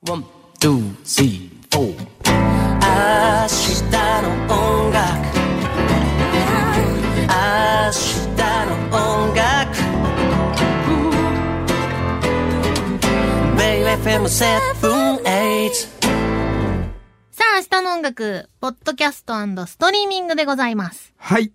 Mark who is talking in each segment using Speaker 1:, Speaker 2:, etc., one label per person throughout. Speaker 1: One, two, three, four. 明日の音楽明日の音楽 BayFM78
Speaker 2: さあ、明日の音楽、ポッドキャストストリーミングでございます。
Speaker 3: はい。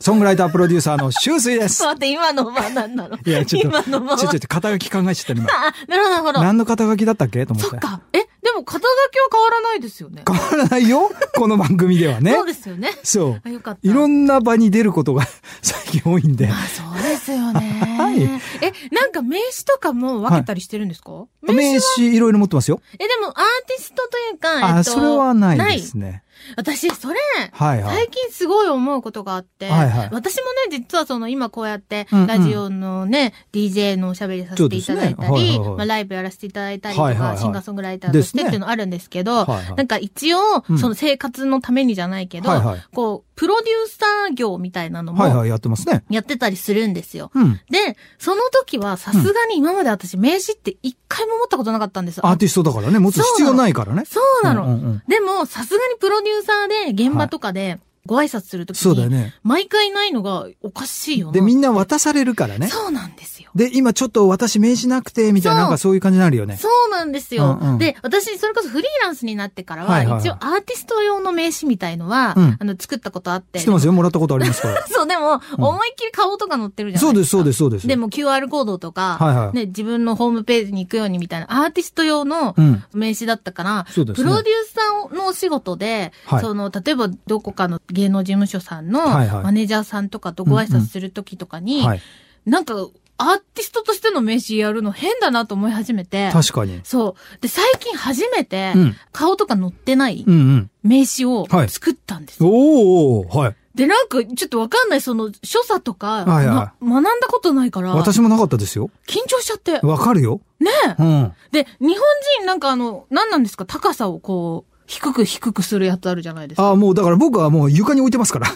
Speaker 3: ソングライタープロデューサーの周水で
Speaker 2: ち
Speaker 3: す
Speaker 2: ょっ。と待って、今のは何なの
Speaker 3: いや、ちょっと、
Speaker 2: 今のは。
Speaker 3: ちょちょっと肩書き考えちゃった今。
Speaker 2: あ、なるほど、なるほど。
Speaker 3: 何の肩書きだったっけと思って。
Speaker 2: そっか。え、でも肩書きは変わらないですよね。
Speaker 3: 変わら ないよこの番組ではね
Speaker 2: そ。うですよね。
Speaker 3: そう
Speaker 2: あ、。よかった。
Speaker 3: いろんな場に出ることが 最近多いんで。
Speaker 2: あ、そうですよね。
Speaker 3: はい
Speaker 2: え、なんか名刺とかも分けたりしてるんですか、
Speaker 3: 名
Speaker 2: は
Speaker 3: 刺いろいろ持ってますよ。
Speaker 2: え、でもアーティストというか、え
Speaker 3: あ、
Speaker 2: っと、
Speaker 3: それはないですね。
Speaker 2: ない私、それ、
Speaker 3: はいはい
Speaker 2: 最。近すごい思うことがあって、
Speaker 3: はいはい
Speaker 2: 私もね、実はその今こうやって
Speaker 3: うんう、ん
Speaker 2: ラジオのね、DJ のおしゃべりさせていただいた
Speaker 3: そうです
Speaker 2: り、
Speaker 3: ねはいはいはい
Speaker 2: まあ、ライブやらせていただいたりとか、
Speaker 3: はいはいはい
Speaker 2: シンガーソングライターとしてっていうのあるんですけど、
Speaker 3: はいはい
Speaker 2: なんか一応、
Speaker 3: うん
Speaker 2: その生活のためにじゃないけど、
Speaker 3: はいはい
Speaker 2: こう、プロデューサー業みたいなの
Speaker 3: はいは
Speaker 2: も、
Speaker 3: い、やってますね。
Speaker 2: やってたりするんですよ。
Speaker 3: うん。
Speaker 2: で、その時はさすがに今まで私名刺って一回も持ったことなかったんですよ。
Speaker 3: アーティストだからね、持つ必要ないからね。
Speaker 2: そうなの。
Speaker 3: うんうんうん
Speaker 2: でも、さすがにプロデューサーで現場とかでご挨拶するとき
Speaker 3: そうだよ
Speaker 2: に、
Speaker 3: ね。
Speaker 2: 毎回ないのがおかしいよな。
Speaker 3: で、みんな渡されるからね。
Speaker 2: そうなんですよ。
Speaker 3: で、今ちょっと私名刺なくて、みたい
Speaker 2: そ
Speaker 3: な、
Speaker 2: う
Speaker 3: なんかそういう感じになるよね。
Speaker 2: そうなんですよ。
Speaker 3: うんうん
Speaker 2: で、私、それこそフリーランスになってから
Speaker 3: は
Speaker 2: は、
Speaker 3: いはいはい
Speaker 2: 一応アーティスト用の名刺みたいのは、
Speaker 3: うん
Speaker 2: あの、作ったことあって。
Speaker 3: 知ってますよ、もらったことありま すから。
Speaker 2: そう、でも、
Speaker 3: うん
Speaker 2: 思いっきり顔とか載ってるじゃな
Speaker 3: そ
Speaker 2: いうで
Speaker 3: で
Speaker 2: か。
Speaker 3: すす、そうです、そうです。
Speaker 2: でも QR コードとか、
Speaker 3: はいはい
Speaker 2: ね、自分のホームページに行くようにみたいな、アーティスト用の
Speaker 3: うん。
Speaker 2: 名刺だったから、
Speaker 3: そうです
Speaker 2: プ
Speaker 3: ね。
Speaker 2: ロデューサーのお仕事で、
Speaker 3: はい
Speaker 2: その、例えばどこかの芸能事務所さんの
Speaker 3: はいはい
Speaker 2: マネージャーさんとかとご挨拶するときとかに、
Speaker 3: はい。
Speaker 2: なんか、アーティストとしての名刺やるの変だなと思い始めて、
Speaker 3: 確かに。
Speaker 2: そう。で、最近初めて
Speaker 3: う、ん。
Speaker 2: 顔とか載ってない
Speaker 3: うんうん。
Speaker 2: 名刺を
Speaker 3: はい
Speaker 2: 作ったんです。
Speaker 3: おーおーはい。
Speaker 2: で、なんか、ちょっとわかんない、その、所作とか、
Speaker 3: はいはい
Speaker 2: な学んだことないから、緊
Speaker 3: 私もなかったですよ。
Speaker 2: 張しちゃって。
Speaker 3: わかるよ。
Speaker 2: ねえ
Speaker 3: うん。
Speaker 2: で、日本人なんかあの、何なんですか高さをこう、低く低くするやつあるじゃないですか。
Speaker 3: ああ、もうだから僕はもう床に置いてま すから。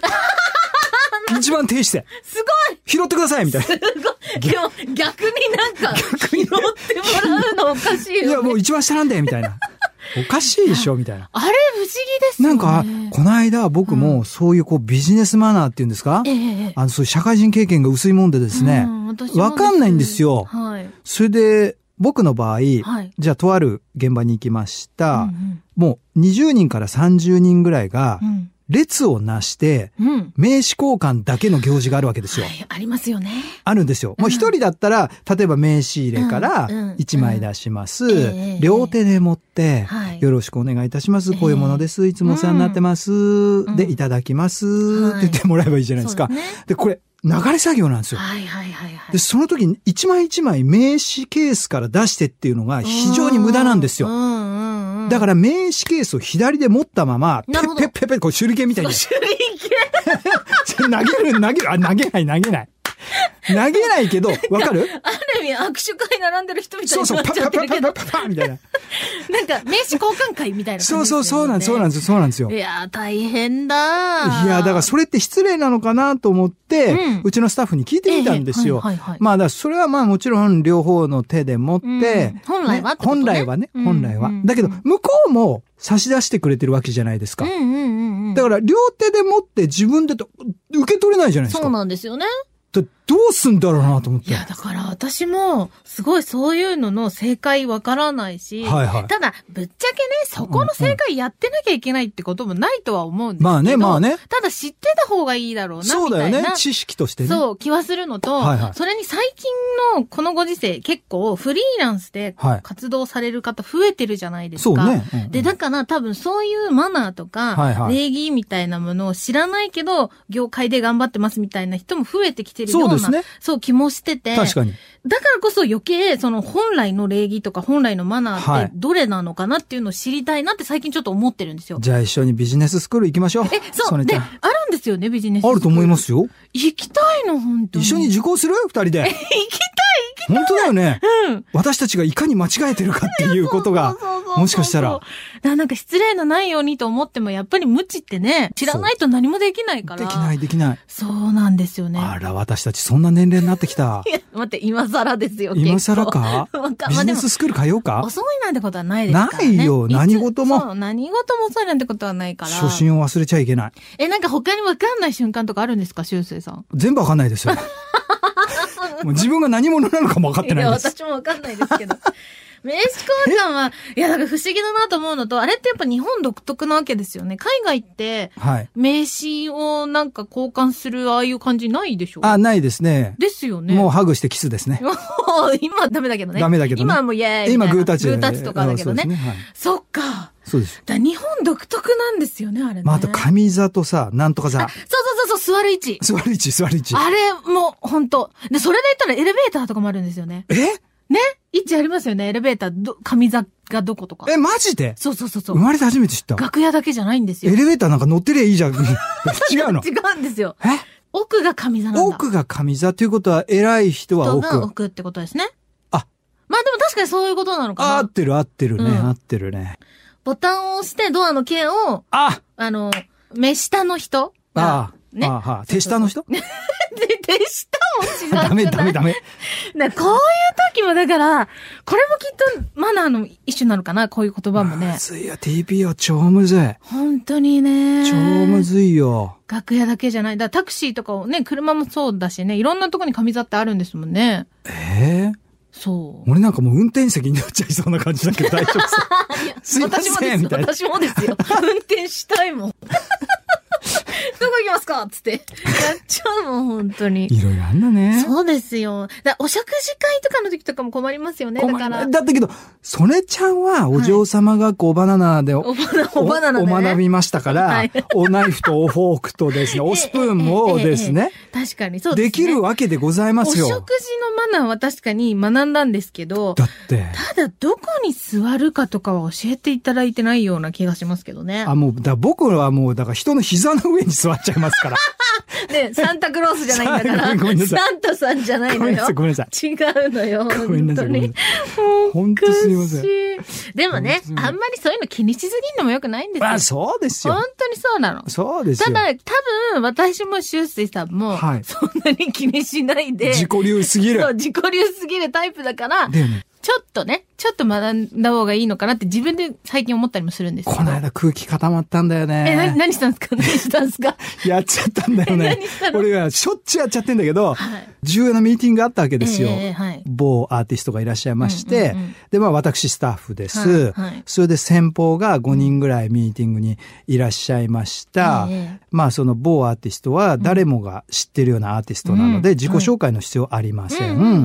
Speaker 3: 一番低姿勢。
Speaker 2: す
Speaker 3: 拾ってくださいみたいな。
Speaker 2: ごいでも逆になんか、拾ってもらうのおかしいよ、ね。
Speaker 3: いや、もう一番下なんだよみたいな。おかしいでしょみたいな。
Speaker 2: あれ不思議ですよ
Speaker 3: な
Speaker 2: ね。
Speaker 3: んか、この間僕
Speaker 2: う
Speaker 3: もそういうこうビジネスマナーっていうんですか
Speaker 2: ええええ。
Speaker 3: あの、そういう社会人経験が薄いもんでですね
Speaker 2: う。ん私も
Speaker 3: わかんないんですよ
Speaker 2: はい。
Speaker 3: それで、僕の場合、
Speaker 2: はい。
Speaker 3: じゃあとある現場に行きまし
Speaker 2: う
Speaker 3: た。
Speaker 2: ん
Speaker 3: もう20人から30人ぐらいが
Speaker 2: う、ん。
Speaker 3: 列をなして、
Speaker 2: うん。うん。
Speaker 3: 名刺交換だけの行事があるわけですよ
Speaker 2: は。い、ありますよね。
Speaker 3: あるんですよ。もう一人だったら、例えば名刺入れから
Speaker 2: うんうん
Speaker 3: 1枚出します。
Speaker 2: うんええ
Speaker 3: 両手で持って、
Speaker 2: はい
Speaker 3: よろしくお願いいたします。
Speaker 2: ええ
Speaker 3: こういうものです。いつもお世話になってます。
Speaker 2: ん
Speaker 3: で、いただきます、
Speaker 2: はい
Speaker 3: って言ってもらえばいいじゃないですか。
Speaker 2: そう
Speaker 3: で
Speaker 2: ね
Speaker 3: これ、流れ作業なんですよ。
Speaker 2: はいはいはいはい。
Speaker 3: で、その時に一枚一枚名刺ケースから出してっていうのが非常に無駄なんです
Speaker 2: う
Speaker 3: よ。
Speaker 2: んうんうん。
Speaker 3: だから名刺ケースを左で持ったまま、ペ
Speaker 2: なるほ
Speaker 3: ッ
Speaker 2: ど
Speaker 3: ペッペッペッ、こう手裏剣みたいに。
Speaker 2: 手裏
Speaker 3: 投げる、投げる、あ、投げない、投げない。投げないけど、わかる
Speaker 2: 剣ある意味握手会並んでる人みたい
Speaker 3: そう
Speaker 2: に
Speaker 3: そ
Speaker 2: な
Speaker 3: う、
Speaker 2: っ
Speaker 3: パ
Speaker 2: ちゃ
Speaker 3: ッ
Speaker 2: って
Speaker 3: パ
Speaker 2: る
Speaker 3: ッパ
Speaker 2: け
Speaker 3: ッパ
Speaker 2: ど
Speaker 3: ッ、パッパッみたいな。
Speaker 2: なんか名刺交換会みたいな感じですよ
Speaker 3: そう
Speaker 2: ね。
Speaker 3: そう、そうなんです、そうなん
Speaker 2: ん
Speaker 3: です、そうなんですよ。
Speaker 2: い
Speaker 3: い
Speaker 2: やー、大変だー。
Speaker 3: や、だからそれって失礼なのかなと思って、
Speaker 2: うん
Speaker 3: うちのスタッフに聞いてみたんですよ。
Speaker 2: ええはいはいはい
Speaker 3: まあ、だからそれはまあもちろん両方の手で持って、
Speaker 2: うん本来はってことね
Speaker 3: 本来はね、
Speaker 2: うん
Speaker 3: 本来は
Speaker 2: うん。
Speaker 3: だけど、向こうも差し出してくれてるわけじゃないですか。
Speaker 2: うんうんうんうん。
Speaker 3: だから両手で持って自分でと受け取れないじゃないです
Speaker 2: そ
Speaker 3: か。
Speaker 2: うなんですよね。
Speaker 3: だどうすんだろうなと思っ
Speaker 2: い
Speaker 3: て。
Speaker 2: や、だから私も、すごいそういうのの正解わからないし、
Speaker 3: はいはい
Speaker 2: ただ、ぶっちゃけね、そこの正解やってなきゃいけないってこともないとは思うんですけど、
Speaker 3: まあね、まあね。
Speaker 2: ただ知ってた方がいいだろうな、みたいな。
Speaker 3: そうだよね。知識としてね。
Speaker 2: そう、気はするのと、
Speaker 3: はいはい
Speaker 2: それに最近のこのご時世、結構フリーランスで
Speaker 3: はい
Speaker 2: 活動される方増えてるじゃないです
Speaker 3: そう
Speaker 2: か。
Speaker 3: ね。うんうん
Speaker 2: で、だから多分そういうマナーと
Speaker 3: はいは
Speaker 2: か、
Speaker 3: い
Speaker 2: 礼儀みたいなものを知らないけど、業界で頑張ってますみたいな人も増えてきてるよう
Speaker 3: そう
Speaker 2: な、
Speaker 3: ですね
Speaker 2: そう気もしてて、
Speaker 3: 確かに。
Speaker 2: だからこそ余計、その本来の礼儀とか本来のマナ
Speaker 3: は
Speaker 2: ーっ
Speaker 3: い
Speaker 2: てどれなのかなっていうのを知りたいなって最近ちょっと思ってるんですよ。
Speaker 3: じゃあ一緒にビジネススクール行きましょう。
Speaker 2: え、そ
Speaker 3: ソ
Speaker 2: う。
Speaker 3: ネ
Speaker 2: で、
Speaker 3: ちゃ
Speaker 2: あ
Speaker 3: ん
Speaker 2: るんですよね、ビジネス。。
Speaker 3: あると思いますすよ。
Speaker 2: 行きたいの、本当
Speaker 3: 一
Speaker 2: に。
Speaker 3: 緒に受講する二人で。行きたい、行きたい。本当だよね。
Speaker 2: うん。
Speaker 3: 私たちがいかに間違えてるかっていうことが
Speaker 2: そうそうそうそう
Speaker 3: もしかしたら
Speaker 2: そうそうだからなんか失礼のないようにと思っても、やっぱり無知ってね、知らないと何もできないから。
Speaker 3: できない、できない。
Speaker 2: そうなんですよね。
Speaker 3: あら、私たちそんな年齢になってき た
Speaker 2: い。や、待って、今更ですよ、
Speaker 3: 今
Speaker 2: 結構
Speaker 3: 更か
Speaker 2: わかま
Speaker 3: ビ
Speaker 2: あ
Speaker 3: ジ
Speaker 2: で
Speaker 3: ネ
Speaker 2: も
Speaker 3: ススクール通 うか
Speaker 2: 遅いなんてことはないですから、ね。
Speaker 3: ないよ
Speaker 2: いつ
Speaker 3: 何事も
Speaker 2: そう、何事も遅いなんてことはないから。
Speaker 3: 初心を忘れちゃいけない。
Speaker 2: え、なんか他にわかんない瞬間とかあるんですか、修正さん。
Speaker 3: 全部わかんな いですよ。もう自分が何者なのかもわかってない
Speaker 2: や、
Speaker 3: です。
Speaker 2: 私もわかんないですけど。 名刺交換は、いや、なんか不思議だなと思うのと、あれってやっぱ日本独特なわけですよね。海外って、
Speaker 3: はい。
Speaker 2: 名刺をなんか交換するああいう感じないでしょ
Speaker 3: あ、ないですね。
Speaker 2: ですよね。
Speaker 3: もう
Speaker 2: う、
Speaker 3: ハグしてキスですね。
Speaker 2: 今はダメだけどね。
Speaker 3: ダメだけどね
Speaker 2: 今はもうイエーイみたいな。
Speaker 3: 今グータッチ
Speaker 2: グ
Speaker 3: で
Speaker 2: ータッチとかだけどね。
Speaker 3: あそうですはい
Speaker 2: そっか。
Speaker 3: そうです。
Speaker 2: だ日本独特なんですよね、あれね。
Speaker 3: まあ、あと、
Speaker 2: そう
Speaker 3: 神座とさ、なんとか座。
Speaker 2: そうそうそう、座る位置。
Speaker 3: 座り位置、座り位置。
Speaker 2: あれ、もう、ほんと。で、それで言ったらエレベーターとかもあるんですよね。
Speaker 3: え
Speaker 2: ね位置ありますよね、エレベーター、ど、上座がどことか。
Speaker 3: え、マジで
Speaker 2: そうそうそうそ
Speaker 3: 生
Speaker 2: う。
Speaker 3: まれて初めて知った。
Speaker 2: 楽屋だけじゃないんです
Speaker 3: エ
Speaker 2: よ。
Speaker 3: レベーターなんか乗ってりゃいい じゃん。違うの。
Speaker 2: 違うんですよ。
Speaker 3: え
Speaker 2: 奥が上座なんだ。
Speaker 3: 奥が神座ということは、偉い人は
Speaker 2: 人が
Speaker 3: 奥。
Speaker 2: 奥ってことですね。
Speaker 3: あ。
Speaker 2: まあでも確かにそういうことなの
Speaker 3: あ合
Speaker 2: か
Speaker 3: っ
Speaker 2: な。
Speaker 3: てる合ってるね、
Speaker 2: うん
Speaker 3: 合ってるね。
Speaker 2: ボタンを押してドアの剣を、
Speaker 3: あ
Speaker 2: あの、目下の人
Speaker 3: ああ
Speaker 2: が、ね。
Speaker 3: ああ、手下の人
Speaker 2: で、手下も違う。
Speaker 3: ダメダメダメ。
Speaker 2: ね、こういう時もだから、これもきっとマナーの一種なのかな、こういう言葉も
Speaker 3: む
Speaker 2: ね。
Speaker 3: ずいよ、TP よ、超むずい。
Speaker 2: 本当にね。
Speaker 3: 超むずいよ。
Speaker 2: 楽屋だけじゃない。だからタクシーとかをね、車もそうだしね、いろんなとこに紙座ってあるんですもんね。
Speaker 3: ええ
Speaker 2: そう。
Speaker 3: 俺なんかもう運転席になっちゃいそうな感じだけど大丈夫さ。 すいま
Speaker 2: 私もで
Speaker 3: せ
Speaker 2: す
Speaker 3: ん、み
Speaker 2: よ。
Speaker 3: たいな。
Speaker 2: 私もですよ。運転したい もん。どこ行きますかつって。やっちゃうもん、本当に。
Speaker 3: いろいろあんだね。
Speaker 2: そうですよ。だお食事会とかの時とかも困りますよね。だ
Speaker 3: 困
Speaker 2: か
Speaker 3: る
Speaker 2: ら。
Speaker 3: だったけど、ソネちゃんはお嬢様がこうバナナで、
Speaker 2: おばな、おばなな
Speaker 3: お
Speaker 2: んだね。
Speaker 3: 学びましたから、
Speaker 2: はい
Speaker 3: おナイフとおフォークとですね、おスプーンもですね、
Speaker 2: 確かに、そうです
Speaker 3: で
Speaker 2: ね。
Speaker 3: きるわけでございま
Speaker 2: お
Speaker 3: す
Speaker 2: 食事
Speaker 3: よ。
Speaker 2: のマナーは確かに学んだんですけど、
Speaker 3: だって、
Speaker 2: ただどこに座るかとかは教えていただいてないような気がしますけどね
Speaker 3: あ、。もう、だ僕はもう、だから人の膝の上に座っちゃいますから。
Speaker 2: ね、サンタクロースじゃないんだか
Speaker 3: ごめんな
Speaker 2: ら、
Speaker 3: さい
Speaker 2: サンタさんじゃ ないの
Speaker 3: ごめんな
Speaker 2: よ
Speaker 3: さい、。ごめんなさい。
Speaker 2: 違うのよ、
Speaker 3: ごめんな
Speaker 2: 本当
Speaker 3: さい、ごめん
Speaker 2: に
Speaker 3: な。い。本当すいません。
Speaker 2: おかしいでもね
Speaker 3: 本当すい、ません
Speaker 2: あんまりそういうの気にしすぎるのも良くないんですよ
Speaker 3: まあ、。そうですよ
Speaker 2: 本。当にそうなの。
Speaker 3: そうです
Speaker 2: た
Speaker 3: よ。
Speaker 2: だ、多分、私も修水さんも、
Speaker 3: はい
Speaker 2: そんなに気にしないで、
Speaker 3: 自己流すぎる
Speaker 2: そう、。自己流すぎるタイプだから、
Speaker 3: だよね。
Speaker 2: ちょっとね、ちょっと学んだ方がいいのかなって自分で最近思ったりもするんですけど。
Speaker 3: この間空気固まったんだよ
Speaker 2: え、な、
Speaker 3: ね。
Speaker 2: 何したん ですか何したんですか
Speaker 3: やっちゃったんだよね
Speaker 2: え何した。の
Speaker 3: 俺がしょっちゅうやっちゃってんだけど、
Speaker 2: はい。
Speaker 3: 重要なミーティングがあったわけですよ
Speaker 2: え。えええはい。
Speaker 3: 某アーティストがいらっしゃいまして、
Speaker 2: うんうんうん
Speaker 3: で、まあ私スタッフです。
Speaker 2: はいはい
Speaker 3: それで先方が5人ぐらいミーティングにいらっしゃいました。
Speaker 2: ええ
Speaker 3: まあその某アーティストは誰もが知ってるようなアーティストなの
Speaker 2: う
Speaker 3: で
Speaker 2: ん
Speaker 3: 自己紹介の必要ありませ。
Speaker 2: うんうんうんん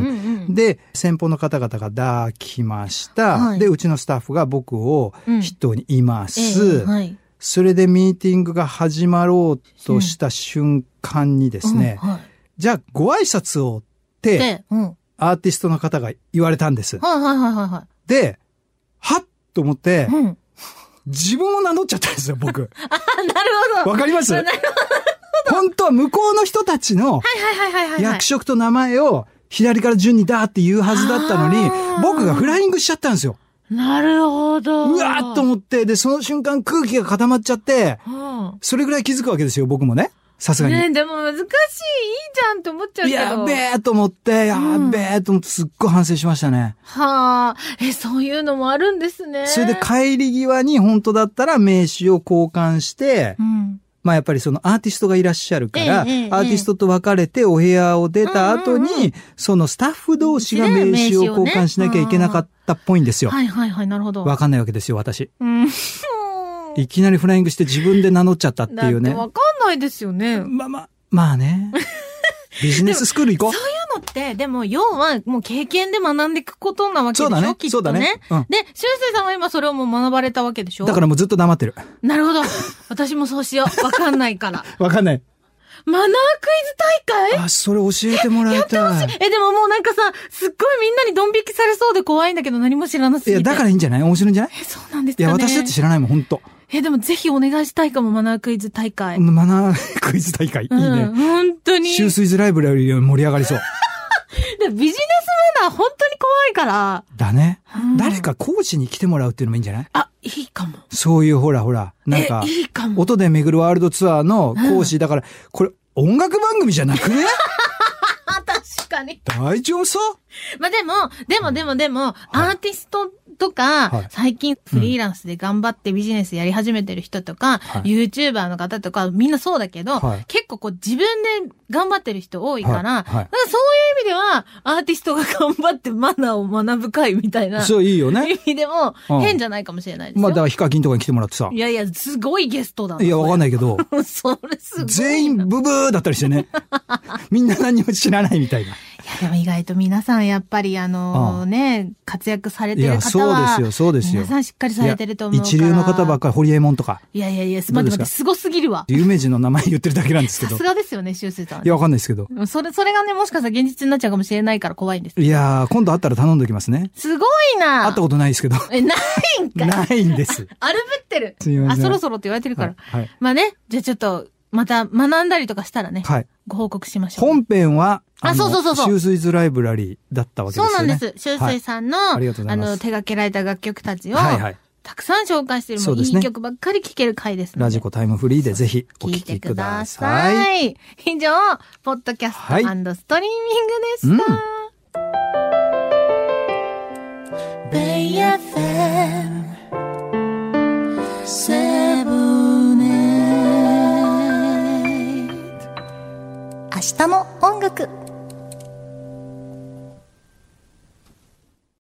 Speaker 2: うん。
Speaker 3: で、先方の方々がだー来ました、
Speaker 2: はい
Speaker 3: で、うちのスタッフが僕を筆頭にいま
Speaker 2: ええ
Speaker 3: す。
Speaker 2: はい。
Speaker 3: それでミーティングが始まろうとした瞬間にですね、
Speaker 2: うんはい。
Speaker 3: じゃあご挨拶をって
Speaker 2: で、うん。はい
Speaker 3: アーティストの方が言われたんです。
Speaker 2: はいはいはいは
Speaker 3: で、はっと思って
Speaker 2: い。、うん。
Speaker 3: 自分を名乗っちゃったんですよ、僕。
Speaker 2: あ、なるほど。
Speaker 3: わかります
Speaker 2: なるほど。
Speaker 3: 本当は向こうの人たち
Speaker 2: は
Speaker 3: の
Speaker 2: いはいはいはいはい。
Speaker 3: 役職と名前を左から順にダーって言うはずだったのに
Speaker 2: あ、ー
Speaker 3: 僕がフライングしちゃったんですよ。
Speaker 2: なるほど。
Speaker 3: うわーっと思って、で、その瞬間空気が固まっちゃって、
Speaker 2: うん。
Speaker 3: それぐらい気づくわけですよ、僕もね。さすがに。
Speaker 2: ねでも難しい、いいじゃんって思っちゃうけど。
Speaker 3: やっべえと思って、やっべえと思って、すっごい反省しましたね。
Speaker 2: はあ。え、そういうのもあるんですね。
Speaker 3: それで帰り際に本当だったら名刺を交換して
Speaker 2: う、ん。
Speaker 3: まあやっぱりそのアーティストがいらっしゃるから、ア
Speaker 2: ええええ
Speaker 3: ーティストと別れてお部屋を出た後
Speaker 2: うんうんう
Speaker 3: に、そのスタッフ同士が名刺を交換しなきゃいけなかったっぽいんですよ。
Speaker 2: はいはいはい、なるほど。
Speaker 3: わかんないわけですよ、私。
Speaker 2: うん。
Speaker 3: いきなりフライングして自分で名乗っちゃったっていう
Speaker 2: だっ
Speaker 3: ね
Speaker 2: て。わかんないですよね。そういう
Speaker 3: まあまあ、ま あね。ビジネススクール行こう。
Speaker 2: のって、でも、要は、もう経験で学んでいくことなわけでし
Speaker 3: そ
Speaker 2: ょ
Speaker 3: うだね
Speaker 2: き。っ
Speaker 3: そう
Speaker 2: と
Speaker 3: だ
Speaker 2: ね。
Speaker 3: ね。うん。
Speaker 2: で、修正さんは今それをもう学ばれたわけでしょ。
Speaker 3: だかららもうずっと黙ってる。
Speaker 2: なるほど。私もそうしよう。わかんないから。
Speaker 3: わかんない。
Speaker 2: マナークイズ大会
Speaker 3: あ、それ教えてもらいたい。
Speaker 2: え、でももうなんかさ、すっごいみんなにドン引きされそうで怖いんだけど何も知らなす
Speaker 3: い
Speaker 2: ぎて。
Speaker 3: や、だからいいんじゃない面白いんじゃない
Speaker 2: え、そうなんです
Speaker 3: い
Speaker 2: かね。
Speaker 3: や、私だって知らないもん、本当
Speaker 2: え、でもぜひお願いしたいかも、マナークイズ大会。
Speaker 3: マナークイズ大会。いい
Speaker 2: うん、
Speaker 3: ね。
Speaker 2: 本当に。
Speaker 3: シュースイズライブより盛り上がりそう。
Speaker 2: でビジネスマは本当に怖いから。
Speaker 3: だね。
Speaker 2: うん
Speaker 3: 誰か講師に来てもらうっていうのもいいんじゃない
Speaker 2: あ、いいかも。
Speaker 3: そういうほらほら、なんか
Speaker 2: え、、いいかも。
Speaker 3: 音で巡るワールドツアーの講師、だから、これ、音楽番組じゃなく ね
Speaker 2: あ、確かに。
Speaker 3: 大丈夫そう
Speaker 2: まあでも、でもでもでも、アーティストとか、
Speaker 3: はい
Speaker 2: 最近フリーランスで頑張ってビジネスやり始めてる人とか、
Speaker 3: はい
Speaker 2: YouTuber の方とか、みんなそうだけど、
Speaker 3: はい
Speaker 2: 結構こう自分で頑張ってる人多いから、
Speaker 3: はいは
Speaker 2: だ
Speaker 3: い
Speaker 2: からそういう意味では、アーティストが頑張ってマナーを学ぶ会みたいな
Speaker 3: そう、いいよ
Speaker 2: 意
Speaker 3: ね。
Speaker 2: 味でも
Speaker 3: うん、
Speaker 2: 変じゃないかもしれないですよ。
Speaker 3: まあ、だからヒカキンとかに来てもらってさ
Speaker 2: い。やいや、すごいゲストだな。
Speaker 3: いや、わかんないけど、
Speaker 2: い。 それすごいな。
Speaker 3: 全員
Speaker 2: い
Speaker 3: ブブーだったりしてね。みんな何も知らないみたいな。
Speaker 2: や、でも意外と皆さん、やっぱり、あの
Speaker 3: う
Speaker 2: ね、活躍され
Speaker 3: い
Speaker 2: てる
Speaker 3: や、
Speaker 2: 方
Speaker 3: そうで
Speaker 2: は、
Speaker 3: すよ、そうですよ
Speaker 2: 皆。さんしっかりされてると思うから。
Speaker 3: 一流の方ば
Speaker 2: か
Speaker 3: っかり、ホリエモンとか、
Speaker 2: り。いやいやいや、待って
Speaker 3: どうで
Speaker 2: 待っ
Speaker 3: すか
Speaker 2: て、すごすぎるわ。
Speaker 3: 有名人の名前言ってるだけなんですけ
Speaker 2: さ
Speaker 3: ど。
Speaker 2: す
Speaker 3: い
Speaker 2: がですよね、修正さん。
Speaker 3: や、わかんないですけど。
Speaker 2: それ、それがね、もしかしたら現実になっちゃうかもしれないから怖いんです。
Speaker 3: いやー、今度会ったら頼んでおきますね。
Speaker 2: すごいな
Speaker 3: 会ったことないですけど。
Speaker 2: え、 ないんかい
Speaker 3: ないんです。
Speaker 2: あるぶってる
Speaker 3: すい。ま
Speaker 2: あ、
Speaker 3: せん
Speaker 2: そろそろって言われてるか
Speaker 3: は
Speaker 2: ら。
Speaker 3: い。はい
Speaker 2: まあね、じゃあちょっと、また学んだりとかしたらね、
Speaker 3: はい。
Speaker 2: ご報告しましょう。
Speaker 3: 本編は、
Speaker 2: あ
Speaker 3: の
Speaker 2: そうそうそうそう
Speaker 3: シューズイズライブラリーだったわけで
Speaker 2: そう
Speaker 3: すよ
Speaker 2: なん
Speaker 3: ね。
Speaker 2: です。修
Speaker 3: は
Speaker 2: 正
Speaker 3: い
Speaker 2: さんの、
Speaker 3: ありがとうござ
Speaker 2: あ
Speaker 3: います
Speaker 2: の、手掛けられた楽曲たちを、
Speaker 3: はいはい。
Speaker 2: たくさん紹介してる、
Speaker 3: そ
Speaker 2: も
Speaker 3: う
Speaker 2: う
Speaker 3: です
Speaker 2: い
Speaker 3: ね
Speaker 2: い曲ばっかり聴ける回ですので。
Speaker 3: ラジコタイムフリーでぜひお
Speaker 2: 聞
Speaker 3: 聞
Speaker 2: いて
Speaker 3: き
Speaker 2: く
Speaker 3: く
Speaker 2: だ
Speaker 3: だ
Speaker 2: さ
Speaker 3: さい。
Speaker 2: い。以上、ポッドキャスト
Speaker 3: はい
Speaker 2: ストリーミングでした。
Speaker 4: 明日も音楽